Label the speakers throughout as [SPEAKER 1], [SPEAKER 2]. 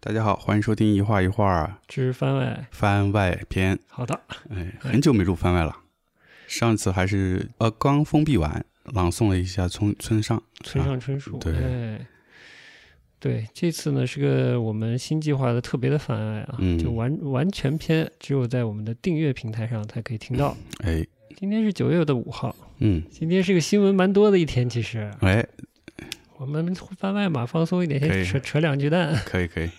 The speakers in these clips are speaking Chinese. [SPEAKER 1] 大家好，欢迎收听一画一画
[SPEAKER 2] 之番外。
[SPEAKER 1] 番外篇。
[SPEAKER 2] 好的，
[SPEAKER 1] 哎，很久没录番外了，上次还是呃刚封闭完，朗诵了一下村村上。
[SPEAKER 2] 村上春树，
[SPEAKER 1] 啊对
[SPEAKER 2] 哎，对，这次呢是个我们新计划的特别的番外啊，
[SPEAKER 1] 嗯
[SPEAKER 2] 就完完全篇只有在我们的订阅平台上才可以听到。
[SPEAKER 1] 哎，
[SPEAKER 2] 今天是九月的五号，
[SPEAKER 1] 嗯，
[SPEAKER 2] 今天是个新闻蛮多的一天，其实
[SPEAKER 1] 哎，
[SPEAKER 2] 我们番外嘛，放松一点，
[SPEAKER 1] 可以
[SPEAKER 2] 先扯扯两句蛋。 哎
[SPEAKER 1] 可以可以，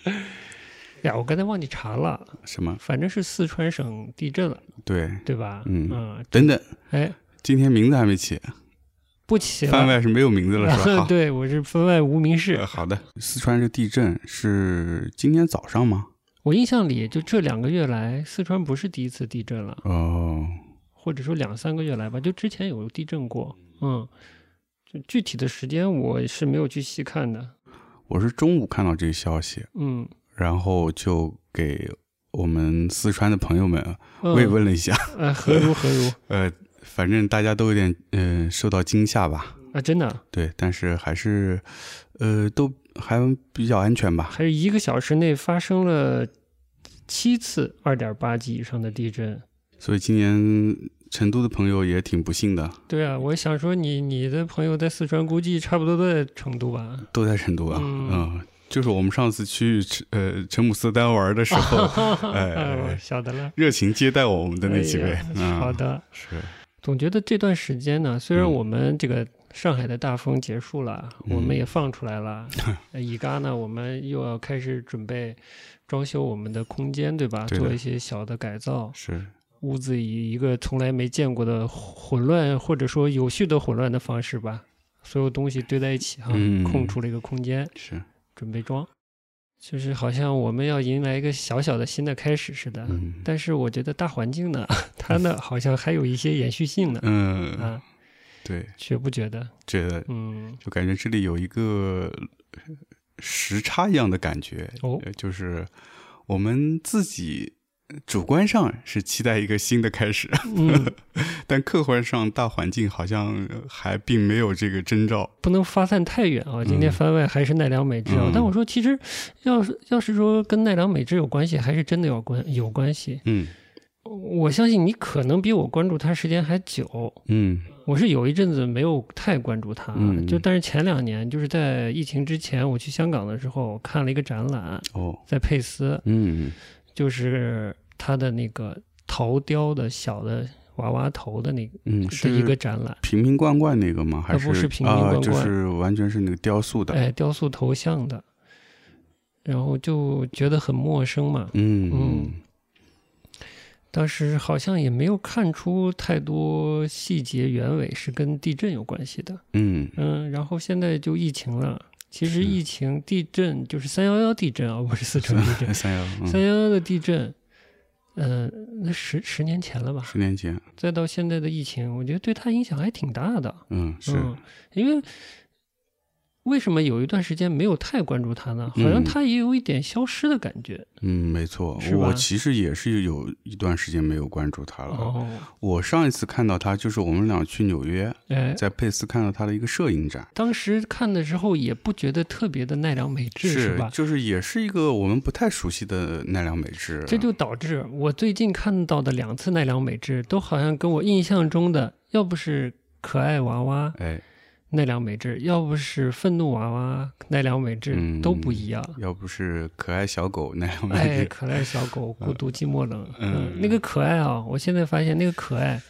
[SPEAKER 2] 呀，我刚才忘记查了，
[SPEAKER 1] 什么？
[SPEAKER 2] 反正是四川省地震了，
[SPEAKER 1] 对，
[SPEAKER 2] 对吧？
[SPEAKER 1] 嗯
[SPEAKER 2] 啊，
[SPEAKER 1] 等等，
[SPEAKER 2] 哎，
[SPEAKER 1] 今天名字还没起，
[SPEAKER 2] 不起了。
[SPEAKER 1] 番外是没有名字了是吧？好，
[SPEAKER 2] 对，我是番外无名氏
[SPEAKER 1] 呃。好的。四川这地震是今天早上吗？
[SPEAKER 2] 我印象里，就这两个月来，四川不是第一次地震了，
[SPEAKER 1] 哦，
[SPEAKER 2] 或者说两三个月来吧，就之前有地震过，嗯，就具体的时间我是没有去细看的，
[SPEAKER 1] 我是中午看到这个消息，
[SPEAKER 2] 嗯，
[SPEAKER 1] 然后就给我们四川的朋友们
[SPEAKER 2] 嗯
[SPEAKER 1] 慰，问了一下。
[SPEAKER 2] 呃，何如何如
[SPEAKER 1] 呃，反正大家都有点嗯、呃、受到惊吓吧，
[SPEAKER 2] 啊，真的
[SPEAKER 1] 对，但是还是呃都还比较安全吧。
[SPEAKER 2] 还是一个小时内发生了七次二点八级以上的地震，
[SPEAKER 1] 所以今年成都的朋友也挺不幸的，
[SPEAKER 2] 对啊，我想说你你的朋友在四川，估计差不多都在成都吧，
[SPEAKER 1] 都在成都啊，
[SPEAKER 2] 嗯
[SPEAKER 1] 嗯就是我们上次去呃陈姆斯丹玩的时 候，哎哎
[SPEAKER 2] 啊我
[SPEAKER 1] 哎
[SPEAKER 2] 晓得了，
[SPEAKER 1] 热情接待我们的那几位，
[SPEAKER 2] 哎呀
[SPEAKER 1] 嗯，
[SPEAKER 2] 好的。
[SPEAKER 1] 是，
[SPEAKER 2] 总觉得这段时间呢，虽然
[SPEAKER 1] 嗯
[SPEAKER 2] 我们这个上海的大风结束了，
[SPEAKER 1] 嗯
[SPEAKER 2] 我们也放出来了， 呃乙嘎呢，我们又要开始准备装修我们的空间，对吧？
[SPEAKER 1] 对的
[SPEAKER 2] 做一些小的改造，
[SPEAKER 1] 是，
[SPEAKER 2] 屋子以一个从来没见过的混乱，或者说有序的混乱的方式吧，所有东西堆在一起哈，
[SPEAKER 1] 嗯
[SPEAKER 2] 空出了一个空间，
[SPEAKER 1] 是，
[SPEAKER 2] 准备装。就是好像我们要迎来一个小小的新的开始似的，
[SPEAKER 1] 嗯
[SPEAKER 2] 但是我觉得大环境呢， 它呢好像还有一些延续性呢。
[SPEAKER 1] 嗯，
[SPEAKER 2] 啊，
[SPEAKER 1] 对，
[SPEAKER 2] 觉不觉得？
[SPEAKER 1] 觉得
[SPEAKER 2] 嗯，
[SPEAKER 1] 就感觉这里有一个呃时差一样的感觉，
[SPEAKER 2] 哦
[SPEAKER 1] 呃就是我们自己主观上是期待一个新的开始，
[SPEAKER 2] 嗯，
[SPEAKER 1] 但客观上大环境好像还并没有这个征兆。
[SPEAKER 2] 不能发散太远啊。今天番外还是奈良美智啊，
[SPEAKER 1] 嗯
[SPEAKER 2] 但我说其实要是要是说跟奈良美智有关系，还是真的有关有关系。
[SPEAKER 1] 嗯
[SPEAKER 2] 我相信你可能比我关注他时间还久。
[SPEAKER 1] 嗯
[SPEAKER 2] 我是有一阵子没有太关注他，
[SPEAKER 1] 嗯
[SPEAKER 2] 就但是前两年就是在疫情之前，我去香港的时候看了一个展览，
[SPEAKER 1] 哦
[SPEAKER 2] 在佩斯，
[SPEAKER 1] 嗯
[SPEAKER 2] 就是他的那个陶雕的小的娃娃头的那个
[SPEAKER 1] 嗯
[SPEAKER 2] 的一个展览。
[SPEAKER 1] 瓶瓶罐罐那个吗？还
[SPEAKER 2] 啊不
[SPEAKER 1] 是
[SPEAKER 2] 是瓶瓶罐
[SPEAKER 1] 啊
[SPEAKER 2] 罐
[SPEAKER 1] 就是完全是那个雕塑的。
[SPEAKER 2] 哎，雕塑头像的，然后就觉得很陌生嘛。
[SPEAKER 1] 嗯
[SPEAKER 2] 嗯当时好像也没有看出太多细节原委是跟地震有关系的。
[SPEAKER 1] 嗯
[SPEAKER 2] 嗯，然后现在就疫情了，其实
[SPEAKER 1] 是
[SPEAKER 2] 疫情、地震就是三幺幺地震啊，不是四川地
[SPEAKER 1] 嗯，
[SPEAKER 2] 震，
[SPEAKER 1] 三幺
[SPEAKER 2] 三
[SPEAKER 1] 嗯，
[SPEAKER 2] 幺幺的地震。嗯，那十十年前了吧，
[SPEAKER 1] 十年前，
[SPEAKER 2] 再到现在的疫情，我觉得对他影响还挺大的。
[SPEAKER 1] 嗯是
[SPEAKER 2] 嗯，因为为什么有一段时间没有太关注他呢？好像
[SPEAKER 1] 嗯
[SPEAKER 2] 他也有一点消失的感觉。
[SPEAKER 1] 嗯没错
[SPEAKER 2] 是，吧
[SPEAKER 1] 我其实也是有一段时间没有关注他了。
[SPEAKER 2] 哦，
[SPEAKER 1] 我上一次看到他，就是我们俩去纽约，
[SPEAKER 2] 哎，
[SPEAKER 1] 在佩斯看到他的一个摄影展，
[SPEAKER 2] 当时看的时候也不觉得特别的奈良美智是吧？
[SPEAKER 1] 就是也是一个我们不太熟悉的奈良美智，
[SPEAKER 2] 这就导致我最近看到的两次奈良美智都好像跟我印象中的，要不是可爱娃娃
[SPEAKER 1] 哎，
[SPEAKER 2] 奈良美智，要不是愤怒娃娃奈良美智、
[SPEAKER 1] 嗯
[SPEAKER 2] 都不一样。
[SPEAKER 1] 要不是可爱小狗奈良
[SPEAKER 2] 哎，
[SPEAKER 1] 美智，
[SPEAKER 2] 可爱小狗，孤独寂寞冷。
[SPEAKER 1] 嗯
[SPEAKER 2] 那个可爱啊，我现在发现那个可爱，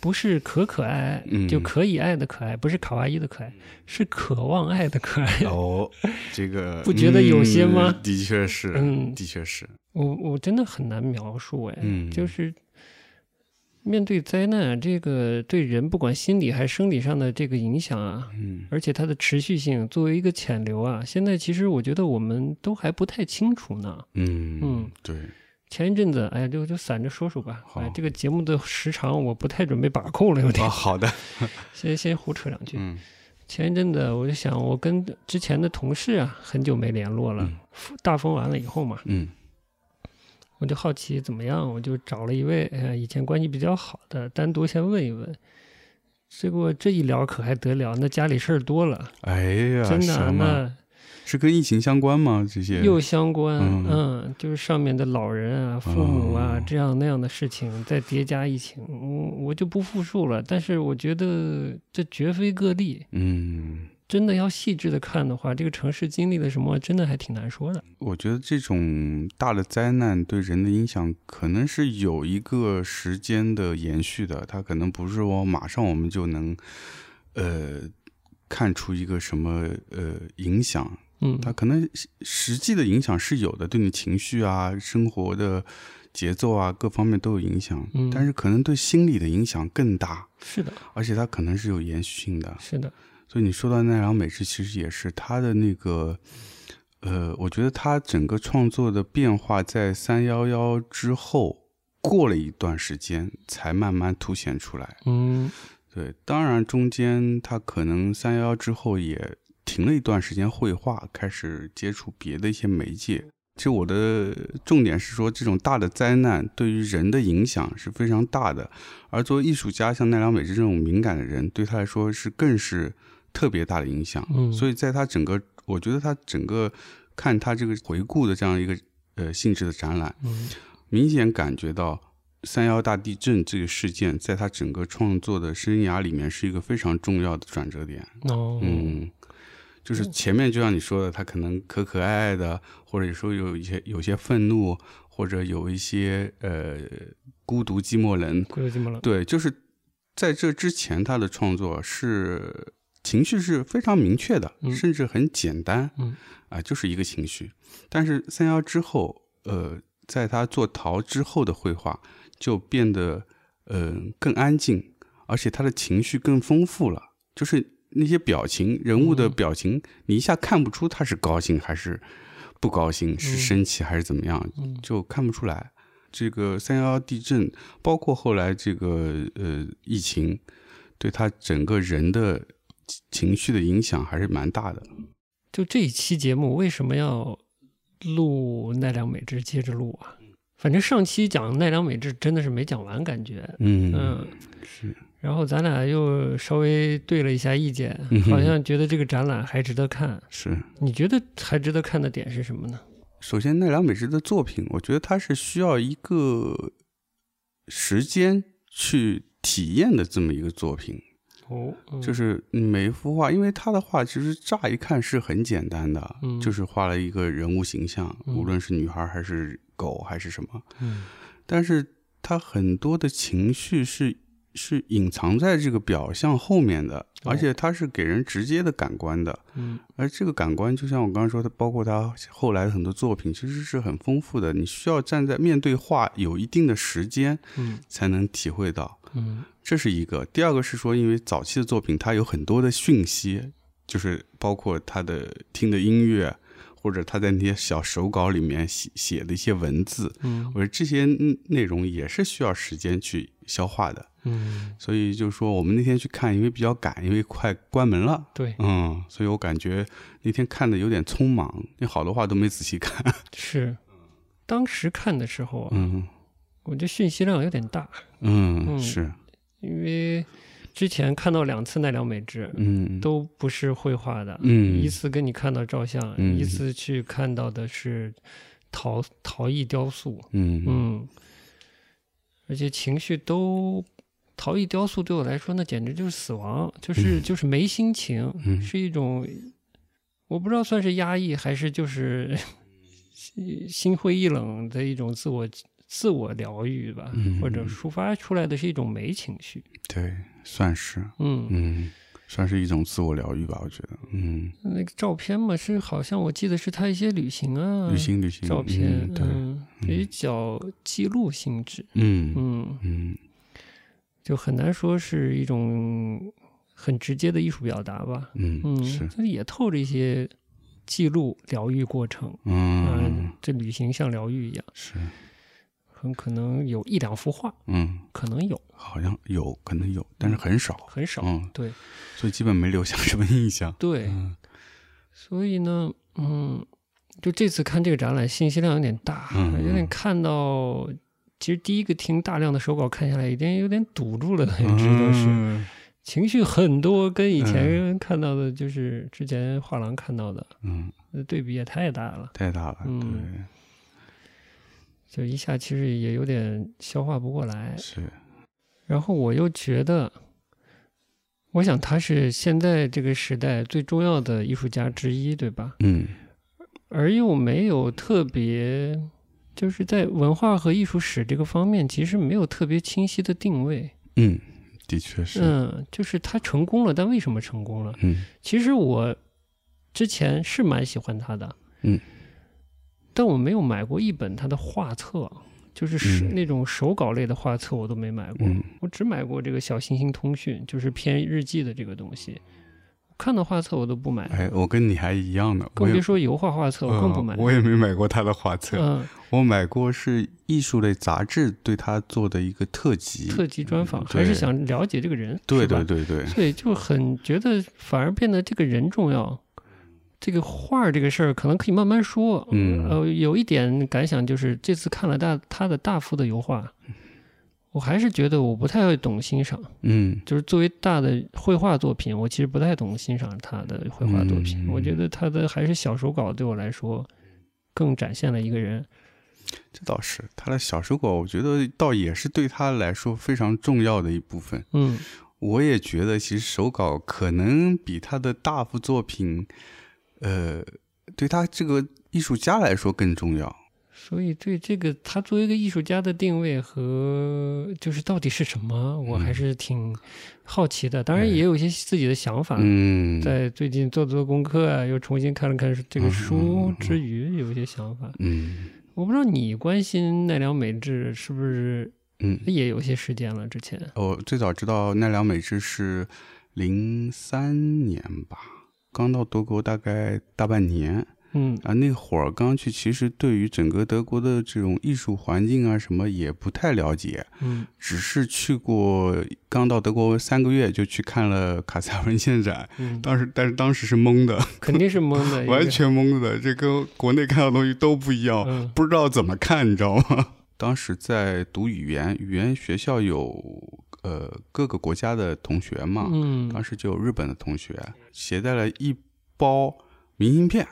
[SPEAKER 2] 不是可可爱爱，
[SPEAKER 1] 嗯
[SPEAKER 2] 就可以爱的可爱，不是卡哇伊的可爱，是渴望爱的可爱。
[SPEAKER 1] 哦，这个
[SPEAKER 2] 不觉得有些吗
[SPEAKER 1] 嗯的确是，
[SPEAKER 2] 嗯
[SPEAKER 1] 的确是，
[SPEAKER 2] 我我真的很难描述哎，
[SPEAKER 1] 嗯
[SPEAKER 2] 就是面对灾难啊，这个对人不管心理还是生理上的这个影响啊，
[SPEAKER 1] 嗯
[SPEAKER 2] 而且它的持续性作为一个潜流啊，现在其实我觉得我们都还不太清楚呢。
[SPEAKER 1] 嗯
[SPEAKER 2] 嗯
[SPEAKER 1] 对，
[SPEAKER 2] 前一阵子，哎呀，就就散着说说吧。
[SPEAKER 1] 好
[SPEAKER 2] 哎，这个节目的时长我不太准备把控了，有点
[SPEAKER 1] 啊，好的，
[SPEAKER 2] 先先胡扯两句。
[SPEAKER 1] 嗯
[SPEAKER 2] 前一阵子我就想，我跟之前的同事啊，很久没联络了。
[SPEAKER 1] 嗯
[SPEAKER 2] 大风完了以后嘛，
[SPEAKER 1] 嗯
[SPEAKER 2] 我就好奇怎么样，我就找了一位呃以前关系比较好的，单独先问一问。结果这一聊可还得了，那家里事儿多了，
[SPEAKER 1] 哎呀，
[SPEAKER 2] 真的啊、
[SPEAKER 1] 什么
[SPEAKER 2] 那
[SPEAKER 1] 是跟疫情相关吗？这些
[SPEAKER 2] 又相关，
[SPEAKER 1] 嗯
[SPEAKER 2] 嗯就是上面的老人啊、父母啊、
[SPEAKER 1] 哦
[SPEAKER 2] 这样那样的事情，再叠加疫情，我我就不复述了。但是我觉得这绝非个例，
[SPEAKER 1] 嗯，
[SPEAKER 2] 真的要细致的看的话，这个城市经历了什么，真的还挺难说的。
[SPEAKER 1] 我觉得这种大的灾难对人的影响，可能是有一个时间的延续的，它可能不是说马上我们就能，呃，看出一个什么呃影响，
[SPEAKER 2] 嗯，
[SPEAKER 1] 它可能实实际的影响是有的，对你情绪啊、生活的节奏啊各方面都有影响，
[SPEAKER 2] 嗯
[SPEAKER 1] 但是可能对心理的影响更大，
[SPEAKER 2] 是的，
[SPEAKER 1] 而且它可能是有延续性的。
[SPEAKER 2] 是的，
[SPEAKER 1] 所以你说到奈良美智，其实也是他的那个，呃，我觉得他整个创作的变化在三幺幺之后过了一段时间才慢慢凸显出来。
[SPEAKER 2] 嗯
[SPEAKER 1] 对，当然中间他可能三幺幺之后也停了一段时间绘画，开始接触别的一些媒介。其实我的重点是说，这种大的灾难对于人的影响是非常大的，而作为艺术家，像奈良美智这种敏感的人，对他来说是更是特别大的影响。
[SPEAKER 2] 嗯，
[SPEAKER 1] 所
[SPEAKER 2] 以
[SPEAKER 1] 以在他整个，我觉得他整个看他这个回顾的这样一个呃性质的展览，
[SPEAKER 2] 嗯
[SPEAKER 1] 明显感觉到三幺大地震这个事件在他整个创作的生涯里面是一个非常重要的转折点。
[SPEAKER 2] 哦
[SPEAKER 1] 嗯，就是前面就像你说的，他可能可可爱爱的，或者说有一些有些愤怒，或者有一些呃孤独寂寞冷，
[SPEAKER 2] 孤独寂寞冷，
[SPEAKER 1] 对，就是在这之前他的创作是情绪是非常明确的，
[SPEAKER 2] 嗯
[SPEAKER 1] 甚至很简单，
[SPEAKER 2] 嗯
[SPEAKER 1] 啊，就是一个情绪。但是三幺之后，呃，在他做陶之后的绘画就变得呃更安静，而且他的情绪更丰富了，就是那些表情、人物的
[SPEAKER 2] 嗯
[SPEAKER 1] 表情，你一下看不出他是高兴还是不高兴，是
[SPEAKER 2] 嗯
[SPEAKER 1] 生气还是怎么样，
[SPEAKER 2] 嗯
[SPEAKER 1] 就看不出来。这个三幺幺地震，包括后来这个呃疫情，对他整个人的情情绪的影响还是蛮大的。
[SPEAKER 2] 就这一期节目为什么要录奈良美智接着录啊？反正上期讲奈良美智真的是没讲完，感觉，
[SPEAKER 1] 嗯
[SPEAKER 2] 嗯，
[SPEAKER 1] 是
[SPEAKER 2] 然后咱俩又稍微对了一下意见
[SPEAKER 1] 嗯，哼
[SPEAKER 2] 好像觉得这个展览还值得看。
[SPEAKER 1] 是。
[SPEAKER 2] 你觉得还值得看的点是什么呢？
[SPEAKER 1] 首先，奈良美智的作品，我觉得它是需要一个时间去体验的这么一个作品。
[SPEAKER 2] 哦，嗯
[SPEAKER 1] 就是每一幅画，因为他的画其实乍一看是很简单的，
[SPEAKER 2] 嗯
[SPEAKER 1] 就是画了一个人物形象，
[SPEAKER 2] 嗯
[SPEAKER 1] 无论是女孩还是狗还是什么，
[SPEAKER 2] 嗯
[SPEAKER 1] 但是他很多的情绪是是隐藏在这个表象后面的，
[SPEAKER 2] 哦
[SPEAKER 1] 而且它是给人直接的感官的。
[SPEAKER 2] 嗯
[SPEAKER 1] 而这个感官，就像我刚刚说的，包括他后来的很多作品，其实是很丰富的。你需要站在面对画有一定的时间，
[SPEAKER 2] 嗯
[SPEAKER 1] 才能体会到。
[SPEAKER 2] 嗯
[SPEAKER 1] 这是一个。第二个是说，因为早期的作品，它有很多的讯息，就是包括他的听的音乐，或者他在那些小手稿里面写写的一些文字，
[SPEAKER 2] 嗯
[SPEAKER 1] 我觉得这些嗯内容也是需要时间去消化的。
[SPEAKER 2] 嗯，
[SPEAKER 1] 所以就是说，我们那天去看，因为比较赶，因为快关门了。
[SPEAKER 2] 对，
[SPEAKER 1] 嗯，所以我感觉那天看的有点匆忙，那好多话都没仔细看。
[SPEAKER 2] 是。当时看的时候啊，
[SPEAKER 1] 嗯
[SPEAKER 2] 我觉得讯息量有点大，
[SPEAKER 1] 嗯，
[SPEAKER 2] 嗯
[SPEAKER 1] 是，
[SPEAKER 2] 因为之前看到两次奈良美智，
[SPEAKER 1] 嗯
[SPEAKER 2] 都不是绘画的，
[SPEAKER 1] 嗯
[SPEAKER 2] 一次跟你看到照相，
[SPEAKER 1] 嗯
[SPEAKER 2] 一次去看到的是陶陶艺雕塑，
[SPEAKER 1] 嗯
[SPEAKER 2] 嗯，而且情绪都，陶艺雕塑对我来说，那简直就是死亡，就是、就是没心情，
[SPEAKER 1] 嗯
[SPEAKER 2] 是一种，我不知道算是压抑还是就是 心心灰意冷的一种自我自我疗愈吧，
[SPEAKER 1] 嗯
[SPEAKER 2] 或者抒发出来的是一种没情绪，
[SPEAKER 1] 对，算是，
[SPEAKER 2] 嗯
[SPEAKER 1] 嗯，算是一种自我疗愈吧，我觉得，嗯，
[SPEAKER 2] 那个照片嘛，是好像我记得是他一些旅行啊，
[SPEAKER 1] 旅行旅行
[SPEAKER 2] 照片
[SPEAKER 1] 嗯，对，
[SPEAKER 2] 嗯，比较记录性质，
[SPEAKER 1] 嗯
[SPEAKER 2] 嗯，
[SPEAKER 1] 嗯
[SPEAKER 2] 就很难说是一种很直接的艺术表达吧，
[SPEAKER 1] 嗯
[SPEAKER 2] 嗯，
[SPEAKER 1] 是，
[SPEAKER 2] 它也透着一些记录疗愈过程，呃
[SPEAKER 1] 嗯
[SPEAKER 2] 这旅行像疗愈一样，
[SPEAKER 1] 是，
[SPEAKER 2] 很可能有一两幅画，
[SPEAKER 1] 嗯，
[SPEAKER 2] 可能有，
[SPEAKER 1] 好像有可能有，但是很少，
[SPEAKER 2] 很少，
[SPEAKER 1] 嗯，
[SPEAKER 2] 对
[SPEAKER 1] 所以基本没留下 什么印象。
[SPEAKER 2] 对，
[SPEAKER 1] 嗯
[SPEAKER 2] 所以呢，嗯，就这次看这个展览，信息量有点大，
[SPEAKER 1] 嗯嗯
[SPEAKER 2] 有点看到。 其实第一个听大量的手稿看下来，已经有点堵住了，有知道是。
[SPEAKER 1] 嗯
[SPEAKER 2] 情绪很多，跟以前看到的，就是之前画廊看到的，
[SPEAKER 1] 嗯，
[SPEAKER 2] 呃对比也太大了，
[SPEAKER 1] 太大了，
[SPEAKER 2] 嗯就一下其实也有点消化不过来
[SPEAKER 1] 对，。是，
[SPEAKER 2] 然后我又觉得，我想他是现在这个时代最重要的艺术家之一，对吧？
[SPEAKER 1] 嗯
[SPEAKER 2] 而又没有特别，就是在文化和艺术史这个方面，其实没有特别清晰的定位。
[SPEAKER 1] 嗯，的确是，
[SPEAKER 2] 嗯，就是他成功了，但为什么成功了？
[SPEAKER 1] 嗯
[SPEAKER 2] 其实我之前是蛮喜欢他的，
[SPEAKER 1] 嗯，
[SPEAKER 2] 但我没有买过一本他的画册，就是是
[SPEAKER 1] 嗯
[SPEAKER 2] 那种手稿类的画册我都没买过，
[SPEAKER 1] 嗯
[SPEAKER 2] 我只买过这个小行星通讯，就是偏日记的这个东西。看到画册我都不买，
[SPEAKER 1] 哎，我跟你还一样呢，我
[SPEAKER 2] 更
[SPEAKER 1] 也
[SPEAKER 2] 别说油画画册，我更不买
[SPEAKER 1] 嗯。我也没买过他的画册，
[SPEAKER 2] 嗯，
[SPEAKER 1] 我买过是艺术类杂志对他做的一个特辑，
[SPEAKER 2] 特辑专访，
[SPEAKER 1] 嗯
[SPEAKER 2] 还是
[SPEAKER 1] 对
[SPEAKER 2] 想了解这个人，
[SPEAKER 1] 对
[SPEAKER 2] 是吧
[SPEAKER 1] 对对对，
[SPEAKER 2] 所以就很觉得反而变得这个人重要。这个画儿这个事儿可能可以慢慢说，
[SPEAKER 1] 嗯
[SPEAKER 2] 呃，有一点感想就是这次看了大他的大幅的油画，我还是觉得我不太懂欣赏，
[SPEAKER 1] 嗯
[SPEAKER 2] 就是作为大的绘画作品，我其实不太懂欣赏他的绘画作品，
[SPEAKER 1] 嗯
[SPEAKER 2] 我觉得他的还是小手稿对我来说更展现了一个人，
[SPEAKER 1] 这倒是他的小手稿，我觉得倒也是对他来说非常重要的一部分。
[SPEAKER 2] 嗯
[SPEAKER 1] 我也觉得，其实手稿可能比他的大幅作品，呃，对他这个艺术家来说更重要。
[SPEAKER 2] 所以对这个他作为一个艺术家的定位和就是到底是什么，我
[SPEAKER 1] 嗯
[SPEAKER 2] 还是挺好奇的。当然也有一些自己的想法，
[SPEAKER 1] 嗯，
[SPEAKER 2] 在最近做做功课啊，又重新看了看这个书之余，有一些想法。
[SPEAKER 1] 嗯
[SPEAKER 2] 我不知道你关心奈良美智是不是
[SPEAKER 1] 嗯，
[SPEAKER 2] 也有些时间了？之前
[SPEAKER 1] 我最早知道奈良美智是零三年吧，刚到德国大概大半年。
[SPEAKER 2] 嗯
[SPEAKER 1] 啊，那会儿刚去，其实对于整个德国的这种艺术环境啊什么也不太了解，
[SPEAKER 2] 嗯
[SPEAKER 1] 只是去过，刚到德国三个月就去看了卡塞尔文献展，
[SPEAKER 2] 嗯，
[SPEAKER 1] 当时但是当时是懵的，
[SPEAKER 2] 肯定是懵 的，因为
[SPEAKER 1] 完全懵的，这跟国内看到的东西都不一样，
[SPEAKER 2] 嗯
[SPEAKER 1] 不知道怎么看，你知道吗？ 当时在读语言，语言学校有呃各个国家的同学嘛，当
[SPEAKER 2] 嗯，
[SPEAKER 1] 时就有日本的同学携带了一包明信片。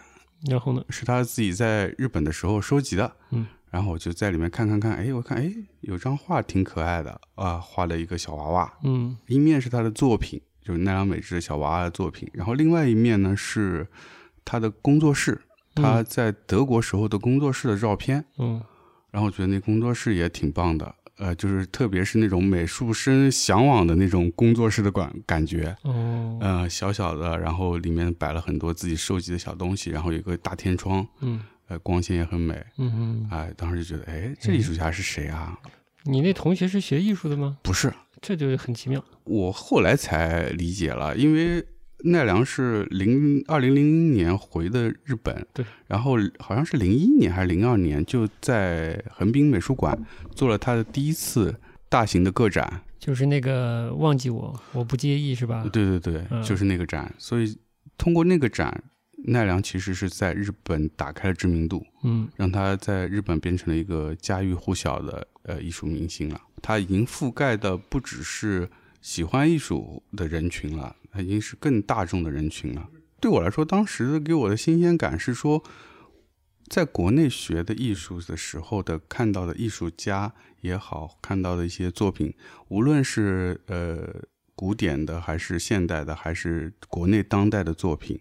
[SPEAKER 2] 然后呢？
[SPEAKER 1] 是他自己在日本的时候收集的，
[SPEAKER 2] 嗯，
[SPEAKER 1] 然后我就在里面看看看，哎，我看哎有张画挺可爱的啊，画了一个小娃娃，
[SPEAKER 2] 嗯
[SPEAKER 1] 一面是他的作品，就是奈良美智的小娃娃的作品，然后另外一面呢是他的工作室，他在德国时候的工作室的照片，
[SPEAKER 2] 嗯
[SPEAKER 1] 然后我觉得那工作室也挺棒的。呃，就是特别是那种美术生向往的那种工作室的感感觉，
[SPEAKER 2] 哦
[SPEAKER 1] 呃，小小的，然后里面摆了很多自己收集的小东西，然后有个大天窗，
[SPEAKER 2] 嗯
[SPEAKER 1] 呃，光线也很美，
[SPEAKER 2] 嗯嗯，
[SPEAKER 1] 哎，当时就觉得，哎，这艺术家是谁啊？
[SPEAKER 2] 你那同学是学艺术的吗？
[SPEAKER 1] 不是，
[SPEAKER 2] 这就很奇妙。
[SPEAKER 1] 我后来才理解了，因为奈良是零二零零一年回的日本，
[SPEAKER 2] 对，
[SPEAKER 1] 然后好像是零一年还是零二年，就在横滨美术馆做了他的第一次大型的个展，
[SPEAKER 2] 就是那个忘记我，我不介意是吧？
[SPEAKER 1] 对对对，
[SPEAKER 2] 嗯
[SPEAKER 1] 就是那个展，所以通过那个展，奈良其实是在日本打开了知名度，
[SPEAKER 2] 嗯
[SPEAKER 1] 让他在日本变成了一个家喻户晓的呃艺术明星了。他已经覆盖的不只是喜欢艺术的人群了，他已经是更大众的人群了。对我来说，当时的给我的新鲜感是说，在国内学的艺术的时候的看到的艺术家也好，看到的一些作品，无论是呃古典的，还是现代的，还是国内当代的作品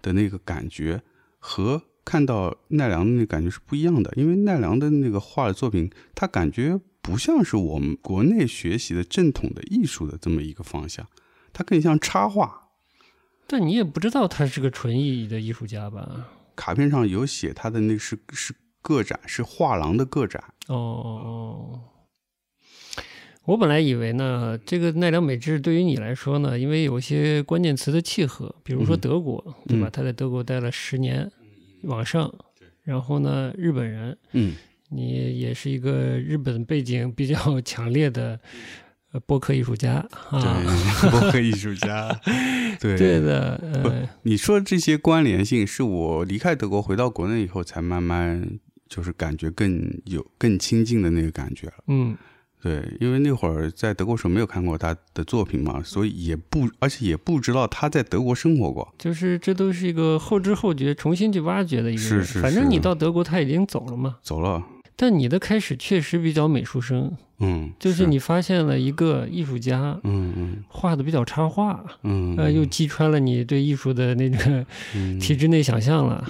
[SPEAKER 1] 的那个感觉，和看到奈良的那感觉是不一样的，因为奈良的那个画的作品，它感觉不像是我们国内学习的正统的艺术的这么一个方向，它更像插画。
[SPEAKER 2] 但你也不知道他是个纯艺的艺术家吧？
[SPEAKER 1] 卡片上有写他的那是是个展，是画廊的个展。
[SPEAKER 2] 哦哦哦，我本来以为呢，这个奈良美智对于你来说呢，因为有一些关键词的契合，比如说
[SPEAKER 1] 嗯
[SPEAKER 2] 德国，对吧？
[SPEAKER 1] 嗯
[SPEAKER 2] 他在德国待了十年往上，然后呢，日本人，
[SPEAKER 1] 嗯
[SPEAKER 2] 你也是一个日本背景比较强烈
[SPEAKER 1] 嗯
[SPEAKER 2] 的呃播客艺术家啊，
[SPEAKER 1] 对，播客艺术家，对
[SPEAKER 2] 对的，呃，
[SPEAKER 1] 你说这些关联性，是我离开德国回到国内以后，才慢慢就是感觉更有更亲近的那个感觉了。
[SPEAKER 2] 嗯
[SPEAKER 1] 对，因为那会儿在德国时候没有看过他的作品嘛，所以也不，而且也不知道他在德国生活过。
[SPEAKER 2] 就是这都是一个后知后觉、重新去挖掘的一个
[SPEAKER 1] 是
[SPEAKER 2] 人。
[SPEAKER 1] 是
[SPEAKER 2] 反正
[SPEAKER 1] 是
[SPEAKER 2] 你到德国他已经走了嘛，
[SPEAKER 1] 走了，
[SPEAKER 2] 但你的开始确实比较美术生，
[SPEAKER 1] 嗯，
[SPEAKER 2] 就是，你发现了一个艺术家
[SPEAKER 1] 嗯嗯
[SPEAKER 2] 画的比较插画，
[SPEAKER 1] 嗯，
[SPEAKER 2] 呃，又击穿了你对艺术的那个
[SPEAKER 1] 嗯
[SPEAKER 2] 体制内想象了，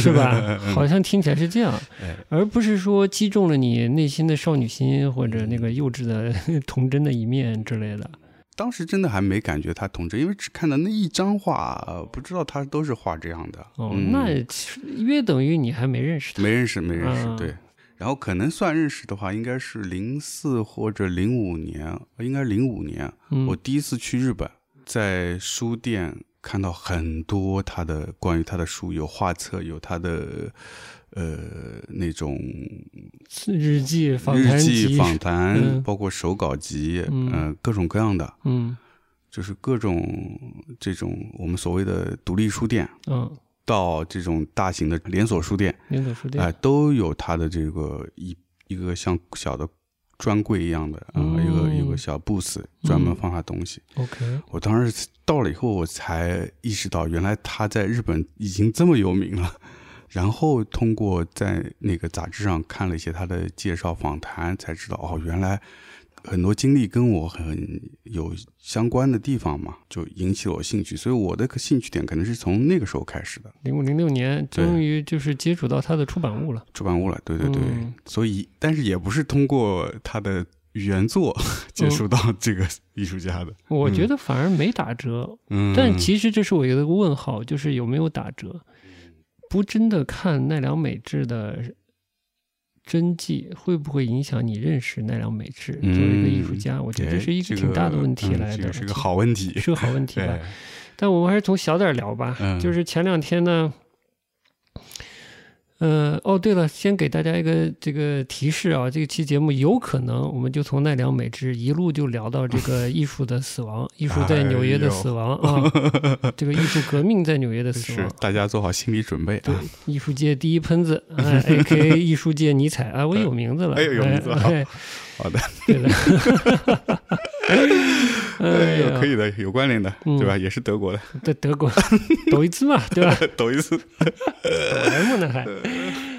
[SPEAKER 2] 是 吧？好像听起来是这样
[SPEAKER 1] 哎，
[SPEAKER 2] 而不是说击中了你内心的少女心或者那个
[SPEAKER 1] 嗯
[SPEAKER 2] 幼稚的 童真的一面之类的。
[SPEAKER 1] 当时真的还没感觉他童真，因为只看到那一张画，呃不知道他都是画这样的。
[SPEAKER 2] 哦，
[SPEAKER 1] 嗯
[SPEAKER 2] 那其实约等于你还没认识他。
[SPEAKER 1] 没认识，没认识，
[SPEAKER 2] 嗯
[SPEAKER 1] 对。然后可能算认识的话，应该是零四或者零五年，应该零五年，
[SPEAKER 2] 嗯
[SPEAKER 1] 我第一次去日本，在书店看到很多他的关于他的书，有画册，有他的呃那种
[SPEAKER 2] 日记、访谈
[SPEAKER 1] 日
[SPEAKER 2] 集
[SPEAKER 1] 记、，访谈，
[SPEAKER 2] 嗯
[SPEAKER 1] 包括手稿集，
[SPEAKER 2] 嗯
[SPEAKER 1] 呃，各种各样的，
[SPEAKER 2] 嗯
[SPEAKER 1] 就是各种这种我们所谓的独立书店，
[SPEAKER 2] 嗯，
[SPEAKER 1] 到这种大型的连锁书店，
[SPEAKER 2] 连锁书
[SPEAKER 1] 哎、
[SPEAKER 2] 店，
[SPEAKER 1] 都有它的这个一一个像小的专柜一样的啊、呃一个一个
[SPEAKER 2] 嗯
[SPEAKER 1] 小 booth 专门放他东西。
[SPEAKER 2] OK，
[SPEAKER 1] 我当时到了以后，我才意识到原来他在日本已经这么有名了。然后通过在那个杂志上看了一些他的介绍访谈，才知道哦，原来很多经历跟我很有相关的地方嘛，就引起了我兴趣。所以我的兴趣点可能是从那个时候开始的。
[SPEAKER 2] 零五零六年
[SPEAKER 1] 对
[SPEAKER 2] 终于就是接触到他的出版物了。
[SPEAKER 1] 出版物了，对对对，
[SPEAKER 2] 嗯
[SPEAKER 1] 所以但是也不是通过他的原作
[SPEAKER 2] 嗯
[SPEAKER 1] 接触到这个艺术家的，
[SPEAKER 2] 我觉得反而没打折，
[SPEAKER 1] 嗯，
[SPEAKER 2] 但其实这是我一个问号，就是有没有打折？不真的看奈良美智的真迹，会不会影响你认识奈良美智作为一个艺术家？我觉得这是一
[SPEAKER 1] 嗯个
[SPEAKER 2] 挺大的问题
[SPEAKER 1] 这个
[SPEAKER 2] 来的，
[SPEAKER 1] 嗯这个是个好问题，
[SPEAKER 2] 是个好问题 吧
[SPEAKER 1] 对？，
[SPEAKER 2] 但我们还是从小点儿聊吧。
[SPEAKER 1] 嗯
[SPEAKER 2] 就是前两天呢，呃，哦，对了，先给大家一个这个提示啊，这期节目有可能我们就从奈良美智一路就聊到这个艺术的 死亡，艺术在纽约的
[SPEAKER 1] 哎
[SPEAKER 2] 死亡、啊， 这个艺术革命在纽约的死
[SPEAKER 1] 是
[SPEAKER 2] 亡。
[SPEAKER 1] 大家做好心理准备啊，
[SPEAKER 2] 艺术界第一喷 子、哎、，A.K. 艺术界尼采啊，我有名字了，
[SPEAKER 1] 哎呦有名字了
[SPEAKER 2] 哎
[SPEAKER 1] 好的，
[SPEAKER 2] 对的， 哎
[SPEAKER 1] 哎
[SPEAKER 2] 呀
[SPEAKER 1] 呦， 可以的，有关联的，
[SPEAKER 2] 嗯
[SPEAKER 1] 对吧？也是德国的，
[SPEAKER 2] 在德国，抖一次嘛，对吧？
[SPEAKER 1] 抖一次，
[SPEAKER 2] 哆啦 A 梦呢还。